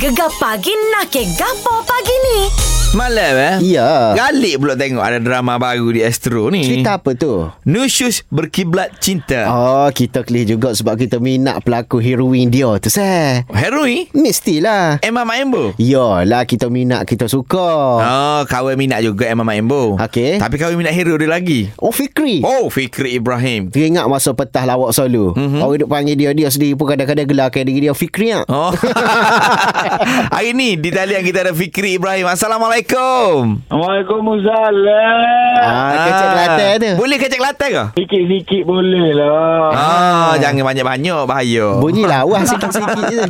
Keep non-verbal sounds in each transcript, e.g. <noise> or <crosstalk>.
Gegar pagi nak ke gapo pagi ni? Malam eh? Ya. Galik pula tengok ada drama baru di Astro ni. Cerita apa tu? Nusyus berkiblat cinta. Oh. Oh, kita kelih juga sebab kita minat pelakon heroin dia tu, sah. Heroi Mestilah. Emma Maembo. Yalah, kita minat, kita suka. Oh, kawan minat juga Emma Maembo. Okey. Tapi kawan minat hero dia lagi. Oh, Fikri. Oh, Fikri Ibrahim. Teringat masa petah lawak solo. Mm-hmm. Orang duk panggil dia, dia sendiri pun kadang-kadang gelarkan diri dia Fikri. ah. <laughs> Oh. Hari ni di talian kita ada Fikri Ibrahim. Assalamualaikum. Waalaikumsalam. Ah, kecil Kelantan tu. Boleh kecek latar ke? Sikit-sikit boleh lah. Ah, jangan banyak-banyak bahaya. Bunyi lawa sikit-sikit je.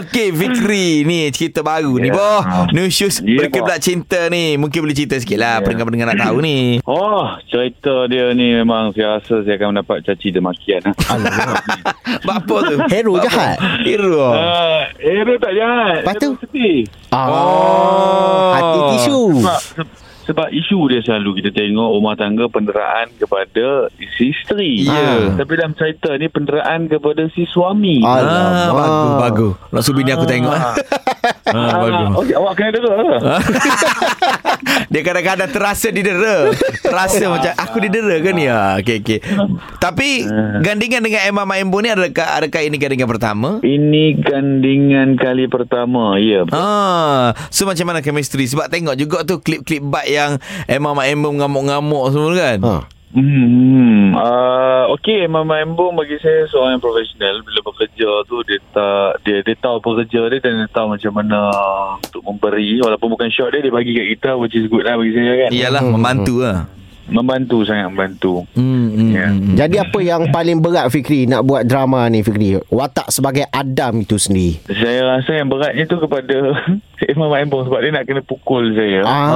Okey Fikri ni cerita baru yeah. ni Ya. boh. Nusyus yeah, Ya, berkiblat cinta ni. Mungkin boleh cerita sikit lah yeah. pendengar-pendengar nak tahu ni. Oh, cerita dia ni memang saya rasa saya akan mendapat caci demakian. eh. Alamak. Bab apa tu? Hero Bab apa? jahat. Hero. Uh, Hero tak jahat. Lepas tu? Hero Sedih. Oh, Ah, hati tisu. Sebab, se- sebab isu dia selalu kita tengok rumah tangga penderaan kepada si isteri. Ah, Ya. Tapi dalam cerita ni penderaan kepada si suami. Ah, Ah, Alamak. bagus, bagus. Langsung bini aku tengok. ah, <laughs> bagus. okay, Ah, awak kena dengar ke? <laughs> Dia kadang-kadang terasa didera. Terasa macam aku didera ke ni? Ah, okey okey. Tapi gandingan dengan Emma Maimbo ni adakah adakah ini gandingan pertama? Ini gandingan kali pertama. Ya, betul. Ah, so macam mana chemistry? Sebab tengok juga tu klip-klip bike yang Emma Mak Emma mengamuk-ngamuk semua tu kan. Ha. Hmm, uh, okay, Mama Embong bagi saya seorang yang profesional. Bila bekerja tu dia tak dia dia tahu pekerja dia dan dia tahu macam mana untuk memberi walaupun bukan shot dia dia bagi kat kita which is good lah bagi saya kan. Iyalah membantu lah. Membantu sangat membantu. Hmm, hmm. Ya. Jadi apa yang paling berat Fikri nak buat drama ni Fikri? Watak sebagai Adam itu sendiri. Saya rasa yang beratnya tu kepada <laughs> Mama Embong sebab dia nak kena pukul saya. Ah.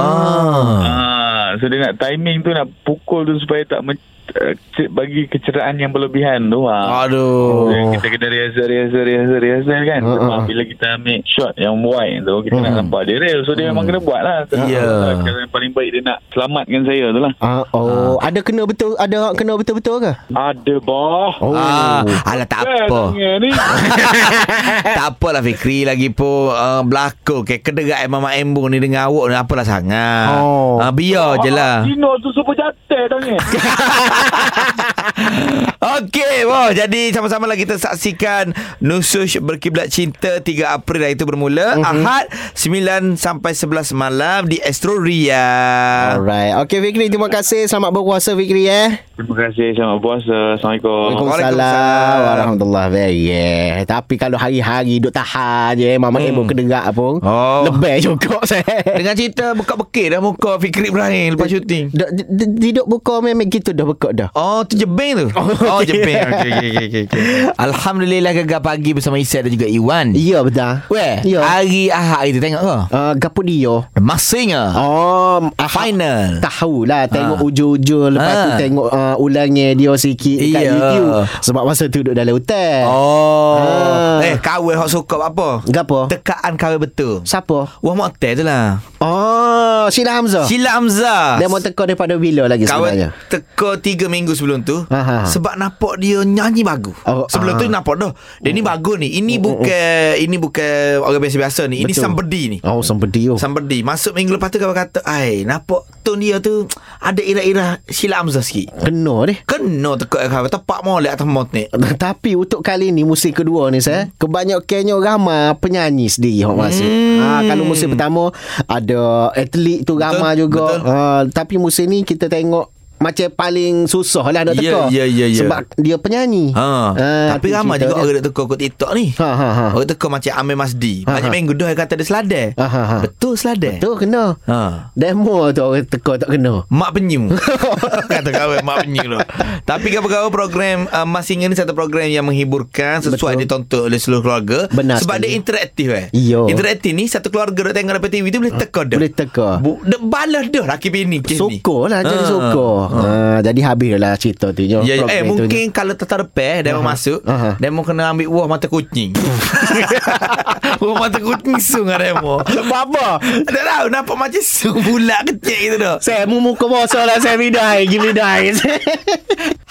Ah, so dia nak timing tu nak pukul tu supaya tak men- eh, ce- bagi kecerahan yang berlebihan tu. Ah. Aduh. Oh. Kita kena rehearsal, rehearsal, rehearsal, rehearsal kan. Ha, Uh, ha. Bila kita ambil shot yang wide tu, kita nak nampak dia real. So, dia memang kena buat lah. Ya. Cara yang paling baik dia nak selamatkan saya tu lah. Ah, oh, ada kena betul ada hak kena betul-betul ke? Ada, bah. Oh. Ah, alah tak apa. Ni. <laughs> tak apalah Fikri lagi pun uh, berlaku ke kederat Emma Mak Embo ni dengan awak ni apalah sangat. Oh. Ah, biar je lah. Dino tu super jatuh tangan. Okey, wow. Jadi sama-sama lah kita saksikan Nusush Berkiblat Cinta 3 April dah itu bermula mm-hmm. Ahad 9 sampai 11 malam di Astro Ria. Alright. Okey Fikri, terima kasih. Selamat berpuasa Fikri eh. Terima kasih. Selamat puasa. Assalamualaikum. Waalaikumsalam. Waalaikumsalam. Warahmatullahi wabarakatuh. Yeah. Tapi kalau hari-hari duduk tahan je, mama hmm. ibu kederak pun. Oh. Lebih juga <laughs> saya. Dengan cerita bekak-bekik dah muka Fikri Ibrahim lepas syuting. Duduk- duduk- Duduk buka memang gitu dah bekak dah. Oh tu jebeng tu <laughs> Oh, oh jebeng okay, okay, okay, okay. Alhamdulillah gegar pagi bersama Isyad dan juga Iwan Ya betul. Weh Ya. Hari Ahad itu tengok ke Uh, gapo dia? Masanya Oh, Ah, Final Tahu lah Tengok Ha. ujung-ujung Lepas Ha. tu tengok uh, Ulangnya dia sikit Dekat Iya. YouTube Sebab masa tu duduk dalam hotel Oh Ah. Eh kawin hok suka apa Gapo? Tekaan kawin betul Siapa? Wah motel tu lah Oh Sheila Hamzah Sheila Hamzah Dia mau teka daripada bila lagi sebenarnya Kawan teka tiga minggu sebelum tu Aha. Sebab nampak dia nyanyi bagus Oh, Sebelum tu ah. Oh, nampak dah Dia ni bagus ni Ini bukan Ini bukan orang biasa-biasa ni Ini Betul. somebody ni Oh sempedi oh. Somebody Masuk minggu lepas tu kawan kata Ai nampak tone dia tu Ada ira-ira Sheila Hamzah sikit Kena deh Kena teka kawan Tepak molek atas motnet <laughs> tapi untuk kali ni musim kedua ni saya kebanyakannya ramai penyanyi sendiri hok masuk. Hmm. Ha kalau musim pertama ada atlet tu ramai Betul, juga. betul. Ha tapi musim ni kita tengok macam paling susah lah Ya, nak teka. ya, ya, ya. Sebab dia penyanyi. Ha. Tapi Ah, tu ramai cerita juga dia. orang duk tukar kot TikTok ni. Ha, ha, ha. Orang tukar macam Amir Masdi. Ha, Banyak ha. minggu dah dia kata dia seladar. Ha, ha, ha. Betul seladar. Tu kena. Ha. Demo tu orang teka tak kena. Mak penyu <laughs> Kata kawan Mak penyu tu Tapi kawan-kawan program uh, Mas Ingat ni satu program Yang menghiburkan Sesuai Betul. ditonton oleh seluruh keluarga Benar Sebab sekali. dia interaktif eh Iya. Interaktif ni Satu keluarga Dia tengok dapat TV tu Boleh teka dah Boleh teka. Bu, Dia balas dah Laki bini kes ni Ha, Sokor lah, jadi sokor. Ah, jadi habis lah cerita tu. Ya, ya. Program Eh tu. mungkin kalau tak repair Dia uh-huh. masuk Aha. uh-huh. Demo kena ambil Wah mata <laughs> kucing Wah mata kucing Sung dengan Demo <laughs> Bapa. Tak tahu Nampak macam sung Bulat kecil gitu dah Saya mu muka bosok lah saya bidai, give me die.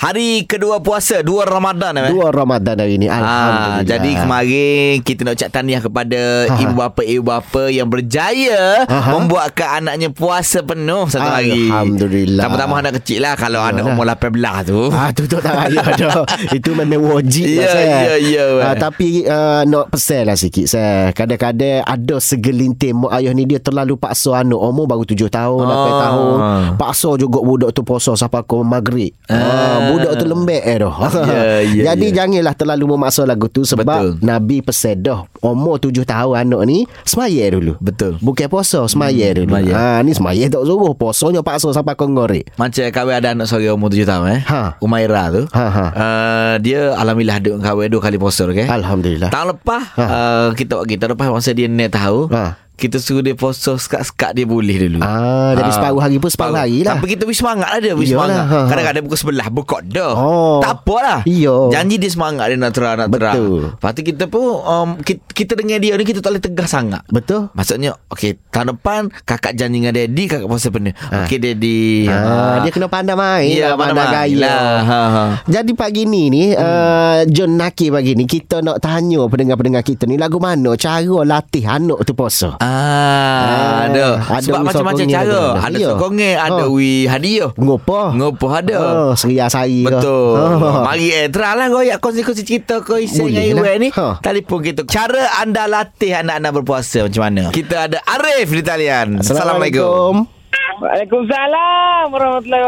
Hari kedua puasa Dua Ramadan eh, <laughs> Dua Ramadan hari ni. Ah, Alhamdulillah. jadi kemarin kita nak ucap tahniah kepada Aha. ibu bapa ibu bapa yang berjaya Aha. membuatkan anaknya puasa penuh satu hari. Alhamdulillah. Tama-tama anak kecil lah kalau anak Yalah. umur 18 tu. Ah tutup tak payah dah. Itu memang wajib Ya, lah saya. ya, ya, weh. Ah, tapi uh, nak pesel lah sikit saya. Kadang-kadang ada segelintir mak ayah ni dia terlalu paksa anak umur baru tujuh tahun, lapan Ah. tahun. Paksa juga budak tu puasa sampai ke maghrib. Ah. budak tu lembek eh dah. <laughs> Ya, ya, Jadi ya. janganlah terlalu memaksa lagu tu sebab Betul. Nabi pesel dah umur tujuh tahun anak ni semaya dulu. Betul. Bukan puasa, semaya dulu. semaya. Ha ni semaya tak suruh, puasanya paksa sampai ke ngorek. Macam kahwin ada anak seorang umur 7 tahun eh. Ha. Umaira tu. Ha, ha. Uh, dia alhamdulillah ada kahwin dua kali puasa okey. Alhamdulillah. Tahun lepas Ha. ha. uh, kita kita lepas masa dia 9 tahun. Ha. Kita suruh dia puasa sekat-sekat dia boleh dulu. Ah, jadi separuh hari pun separuh hari lah. Tapi kita beri semangat lah dia. Beri Iyalah, semangat. ha, ha. Kadang-kadang pukul sebelah berkot dah. Oh. Tak apa lah. Iya. Janji dia semangat dia nak terang, nak terang. Betul. Lepas tu kita pun, um, kita, kita dengan dia ni kita tak boleh tegas sangat. Betul. Maksudnya Okay Tahun depan Kakak janji dengan daddy Kakak puasa penuh ha. Okay daddy Ah, dia kena pandai main Ya, lah, pandai pandai main gaya. lah. Ha, Hmm. ha. Jadi pagi ni ni uh, John Naki pagi ni Kita nak tanya pendengar-pendengar kita ni Lagu mana cara latih anak tu puasa Ah, Ah, ada. ada Sebab wi macam-macam sokongnya cara. ada. Ada Ya. sokongnya, ada Ha. wi hadiah. Ngopo Ngopo ada. oh, Seria sari ke? Betul Oh. Mari eh Terang lah koyak Kongsi-kongsi cerita Kau isi dengan Boleh lah. Iwan ni Ha. Telefon kita Cara anda latih Anak-anak berpuasa Macam mana Kita ada Arif di talian Assalamualaikum Waalaikumsalam warahmatullahi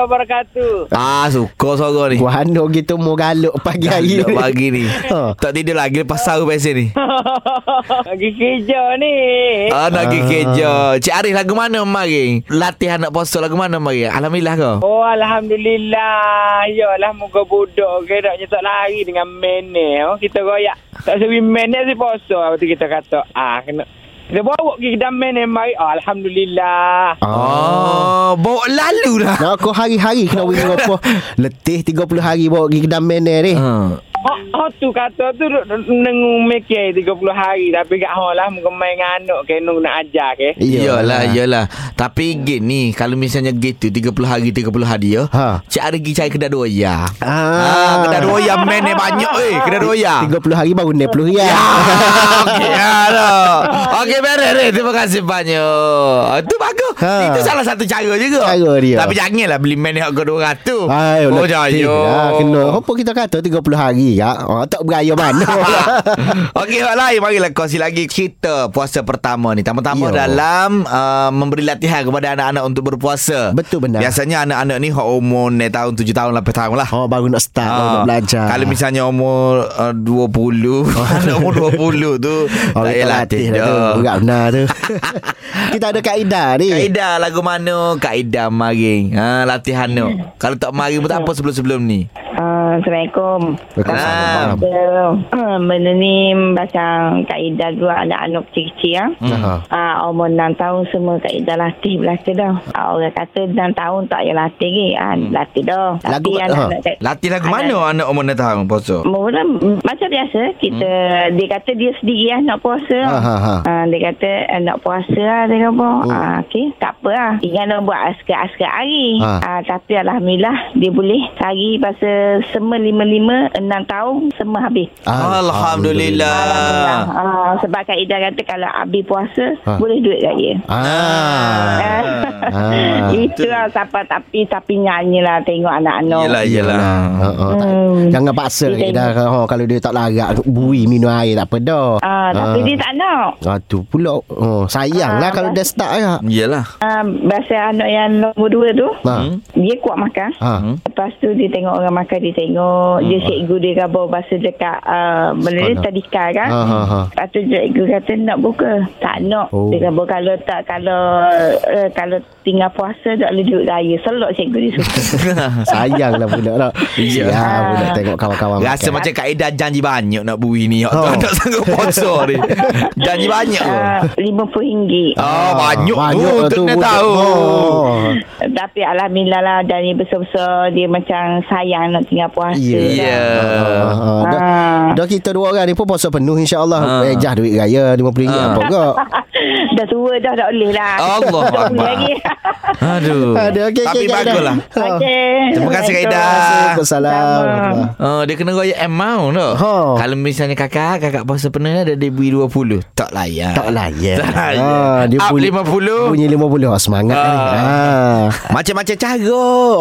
<laughs> wabarakatuh. Ah suka suara ni Wah anak kita mau galuk pagi hari Dah Pagi ni Ha. Tak tidur lagi Lepas sahur biasa ni Ha. Lagi kerja ni. Ah nak pergi kerja Cik Arif lagu mana mari Latih anak puasa lagu mana mari Alhamdulillah kau Oh alhamdulillah. Yalah muka budak ke nak tak lari dengan mene. Oh kita royak. Tak sewi mene si poso. Lepas tu kita kata ah kena kita bawa pergi kedai mene mari. Oh, Ah. alhamdulillah. Oh Bawa lalu lah. dah Nak kau hari-hari kena pergi ngopo Letih 30 hari bawa pergi kedai mana ni Ha. Oh, oh tu kata tu duk- duk nengu mikir 30 hari tapi kat hang lah muka main dengan anak ke nak nak ajar ke. Iyalah, iyalah. Tapi gini, kalau misalnya gitu 30 hari 30 hari ya. Ha. Ha. Cik ada pergi cari kedai doya. Ah. Ah, kedai doya men eh banyak eh, kedai doya. <laughs> 30 hari baru 60 riyal Ah, Okey, alah. Okey, beres eh. Terima kasih banyak. Itu bagus. Ha. Ha. Itu salah satu cara juga. Cara dia. Tapi janganlah beli men yang harga 200. Ay, oh, letih jaya. lah Kena Apa kita kata 30 hari ya? Oh, tak beraya mana <laughs> Okey, Wak Lai, marilah kongsi lagi cerita puasa pertama ni. Pertama-tama Yo. dalam uh, memberi latihan kepada anak-anak untuk berpuasa. Betul benar. Biasanya anak-anak ni hak umur ni tahun 7 tahun 8 tahun lah. Oh baru nak start Baru nak Ah, belajar Kalau misalnya umur uh, 20 <laughs> <laughs> Anak umur 20 tu Oh, Tak Oh. kita payah latih latih dah tu Eh. dah Berat benar <laughs> tu Kita ada kaedah ni Kaedah lagu mana Kaedah maring ha, Latihan no. Kalau tak maring pun tak apa sebelum-sebelum ni Ah, Assalamualaikum. Waalaikumsalam. Ah, Benda ni pasal kaedah dua anak-anak kecil-kecil ya. Hmm. Aha. Ah, umur 6 tahun semua kaedah latih belaka dah. Ah, orang kata 6 tahun tak payah latih ke. Ah, latih dah. Hmm. Lagu- ha. Tapi anak-anak tak- Latih lagu anak- mana Anak umur 6 tahun puasa Mula macam biasa kita hmm. dia kata dia sendiri lah nak puasa. Ha, ha, Oh. ha. Ah, dia kata eh, nak puasa lah dia kata. Ah, okey, tak apa lah. Ingat nak buat askar-askar hari. Ha. Ah. tapi alhamdulillah dia boleh sehari pasal sema lima-lima enam tahun sema habis. Ah. Alhamdulillah Ah, sebab kaedah kata kalau habis puasa Ha. boleh duit raya. Ah. Ah. <laughs> Ah. Itu lah siapa tapi tapi nyanyi lah tengok anak-anak. Yelah yelah Ha, ha, tak- Hmm. Jangan paksa Dia kaedah oh, Kalau dia tak larat Bui minum air tak apa dah Ah, tapi Ah. dia tak nak. Ah, tu pula oh, Sayang lah Ah, kalau dia start lah Yelah Ah, bahasa anak yang nombor dua tu ha. Hmm? dia kuat makan Ha. Lepas tu dia tengok orang makan dia tengok hmm. dia cikgu dia kabur bahasa dekat uh, benda ni Sekolah. tadika kan. Ha, ha, ha. Lepas tu cikgu kata nak buka. Tak nak. Oh. Oh. Dia kabur kalau tak kalau uh, kalau tinggal puasa tak boleh duduk raya. Selok cikgu dia suka. Sayang lah budak <laughs> lah Ya. Sayang budak tengok kawan-kawan Rasa makan. macam Kak Ida janji banyak nak bui ni. Oh. Oh. Tak sanggup sponsor ni. Janji banyak. Ah, RM50. Ah, banyak, banyak banyak lah tu, tu budak. tahu. Oh. Tapi Alhamdulillah lah Dari besar-besar Dia macam sayang Nak tinggal puasa Ya. lah. Ya. Ah, ah, dah, Ah. dah kita dua orang ni pun puasa penuh insyaAllah Ah. eh, Jah duit raya RM50 Ah. apa kok Dah tua dah Tak boleh lah Allah Tak boleh Akbar. <laughs> <laughs> lagi Aduh. Ada, Ah, okey, Tapi lah. okey, Kak Ida. baguslah. Okey Terima kasih, Kak Ida. Assalamualaikum Oh, dia kena royak amount tu. Ha. Kalau misalnya kakak, kakak puasa penuh ada dia beri 20. Tak layak. Tak layak Tak layak. Ah, Up bunyi- 50. Bunyi 50 Ah, Semangat Ah. ni ah. Macam-macam cara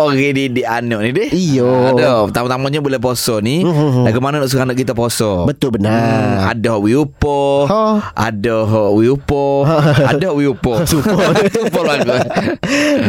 orang didik anak ni deh. Iyo. Ada, pertama-tamanya bulan puasa ni, Mhm. lagu mana nak suruh anak kita puasa? Betul benar. ada hok wiupo, Ha. ada hok wiupo, ada hok <laughs> wiupo. Supo. Supo Ha. lagu.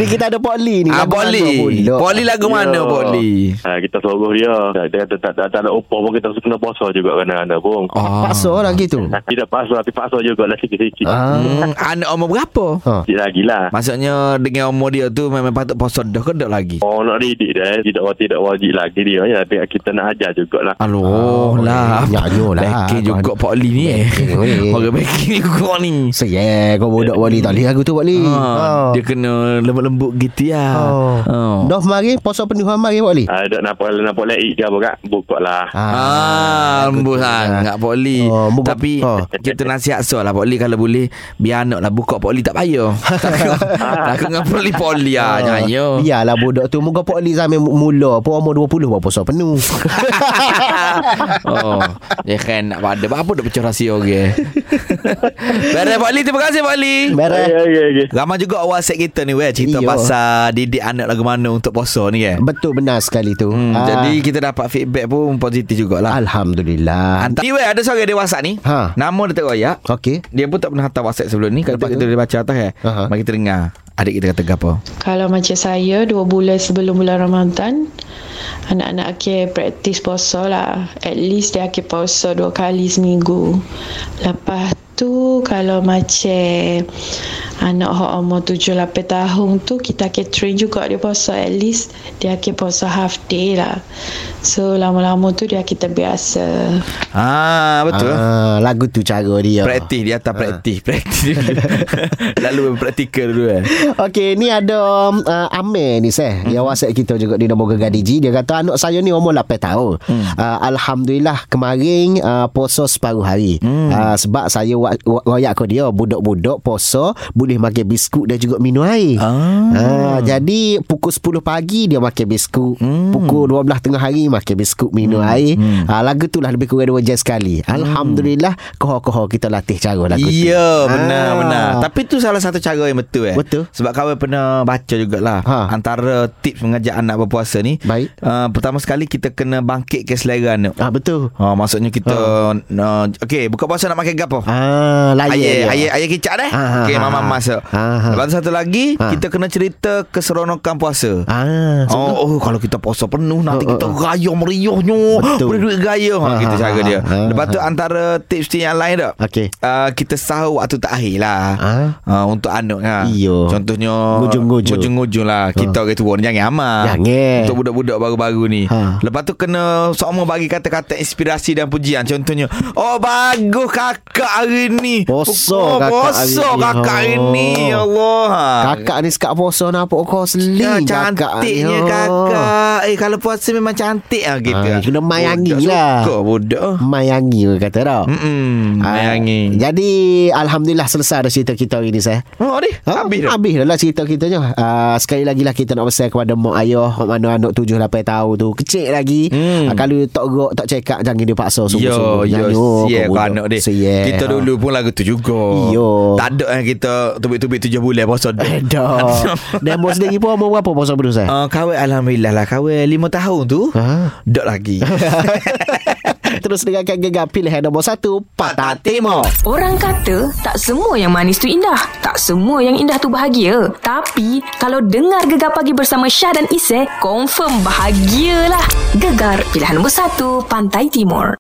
Ni kita ada Poli ni Ah, Lagu mana Poli. pula? Poli lagu mana Poli? Ha, kita suruh dia. Tak, dia kata tak, tak, tak nak opor pun kita kena puasa juga kena anak pun. Ah. Paksa orang gitu Tidak paksa tapi paksa juga lah sikit-sikit. Ha. ah. Hmm, anak umur berapa? Ha. Sikit lagi lah. Maksudnya dengan umur dia tu memang patut puasa dah ke tak lagi? Oh nak didik dah eh. tidak tidak wajib lagi dia ya tapi kita nak ajar jugalah. Aloh Oh, Ah, lah nyanyo lah. Backing juga Pak Lee ni eh Backing weh. <laughs> Orang backing juga ni Saya kau bodoh Poli Tak boleh aku tu Ah. Poli Ha, dia kena lembut-lembut gitu ya. Oh. Oh. Dah mari Puasa penuh mari Poli Ah dak nampak nampak laik ke apa kak? Buka lah. Ah, lembut sangat Pak Li. Oh, bu- Tapi oh. kita nasihat so lah Pak Li kalau boleh biar anak lah buka Pak Li tak <laughs> payah. Takut takut dengan Pak Li Pak Li Oh. ah jangan yo. Biarlah budak tu Moga Pak Lee sampai mula Pun umur 20 Buat puasa <laughs> penuh Oh, dia kan nak pada apa dah pecah rahsia <laughs> orang. Baiklah Pak Li terima kasih Pak Li. Beres Ya ya ya. Ramai juga WhatsApp kita ni weh cerita Iyo. pasal didik anak lagu mana untuk puasa ni kan. Betul benar sekali tu Hmm, Ah. Jadi kita dapat feedback pun positif jugalah. Alhamdulillah Hantar. Ni weh ada seorang dia WhatsApp ni. Ah. Ha. Nama dia tak royak. Okey Dia pun tak pernah hantar WhatsApp sebelum ni. Kalau Lepas tak kita tu? dia baca atas eh. Aha. Mari kita dengar. Adik kita kata gapo. Kalau macam saya, dua bulan sebelum bulan Ramadan, anak-anak akhir praktis puasa lah. At least dia akhir puasa dua kali seminggu. Lepas tu kalau macam anak hok umur tujuh lapan tahun tu kita akhir train juga dia puasa at least dia akhir puasa half day lah so lama-lama tu dia kita biasa Ah betul. Ah. ah, Lagu tu cara dia Praktis dia atas praktis <laughs> Praktis Lalu praktikal dulu eh Okey, ni ada um, uh, Amir ni seh. Mm-hmm. Mhm. Yang WhatsApp kita juga di nombor Gegadi G. Dia kata anak saya ni umur 8 tahun. Hmm. Mm. Uh, Alhamdulillah kemarin uh, puasa separuh hari. Hmm. Mm. Uh, sebab saya wa- wa- royak ke dia budak-budak puasa boleh makan biskut dan juga minum air. Ah. Uh, jadi pukul 10 pagi dia makan biskut, Hmm. mm. pukul 12 tengah hari makan biskut minum mm. air. Mm. Uh, lagu tu lah lebih kurang dua jam sekali. Hmm. Alhamdulillah kohor-kohor kita latih cara lagu tu. Ya benar Ah. benar Tapi tu salah satu cara yang betul eh Betul. Sebab kawan pernah baca jugalah Ha. Antara tips mengajak anak berpuasa ni Baik. uh, Pertama sekali kita kena bangkitkan selera anak Ah betul. ha, Maksudnya kita Ha. uh, Okay buka puasa nak makan gapo Ah, layan Ayah, dia. ayah, ayah kicap dah. Ha, ha, Okey, ha, mama ha. masak. Ha, ha. Lepas tu satu lagi, Ha. kita kena cerita keseronokan puasa. Ah, so- Oh, oh, kalau kita puasa penuh nanti Oh, oh, kita oh. raya meriahnya. Betul. Boleh duit raya. Ha, Ha, kita ha, cara ha, dia. ha, Lepas tu ha. antara tips dia yang lain tak? Okey. Uh, kita sahur waktu terakhir lah Ha? uh, Untuk anak lah Iyo. Contohnya Ngujung-ngujung. Ha. Ngujung-ngujung lah Kita orang tua ni jangan amat Jangan. Untuk budak-budak baru-baru ni Ha. Lepas tu kena Semua bagi kata-kata inspirasi dan pujian Contohnya Oh bagus kakak hari ni Puasa Oh, kakak Puasa hari ni. kakak hari ni Ya Oh. Allah Kakak ni sekat puasa nampak kau Ya, seling cantiknya Oh. kakak Eh kalau puasa memang cantik lah gitu Ah, kena mayangi Budak lah. Suka budak Mayangi orang kata tak. Mm-mm, Ah, Mm, Mayangi Jadi Alhamdulillah selesai dah cerita kita hari ni saya. Oh ni Habis dah Habis dah lah cerita kitanya uh, Sekali lagi lah kita nak pesan kepada mak ayah Mak mana anak 7-8 tahun tu Kecil lagi Hmm. hmm. uh, Kalau tak gerak tak check up Jangan dia paksa Yo, sungguh-sungguh oh, yo, siap kau anak dia. yeah. Kita dulu pun lagu tu juga. Yo. Tak ada yang kita tubik-tubik tujuh bulan puasa. <laughs> Eh <laughs> dah Demo sendiri pun umur berapa puasa penuh saya? Uh, kawin Alhamdulillah lah Kawin lima tahun tu Ha? Dok <laughs> lagi Terus dengarkan gegar pilihan nombor 1 Patah Timur Orang kata tak semua yang manis tu indah. Tak semua yang indah tu bahagia. Tapi kalau dengar Gegar Pagi bersama Syah dan Isy, confirm bahagialah. Gegar pilihan nombor 1 Pantai Timur.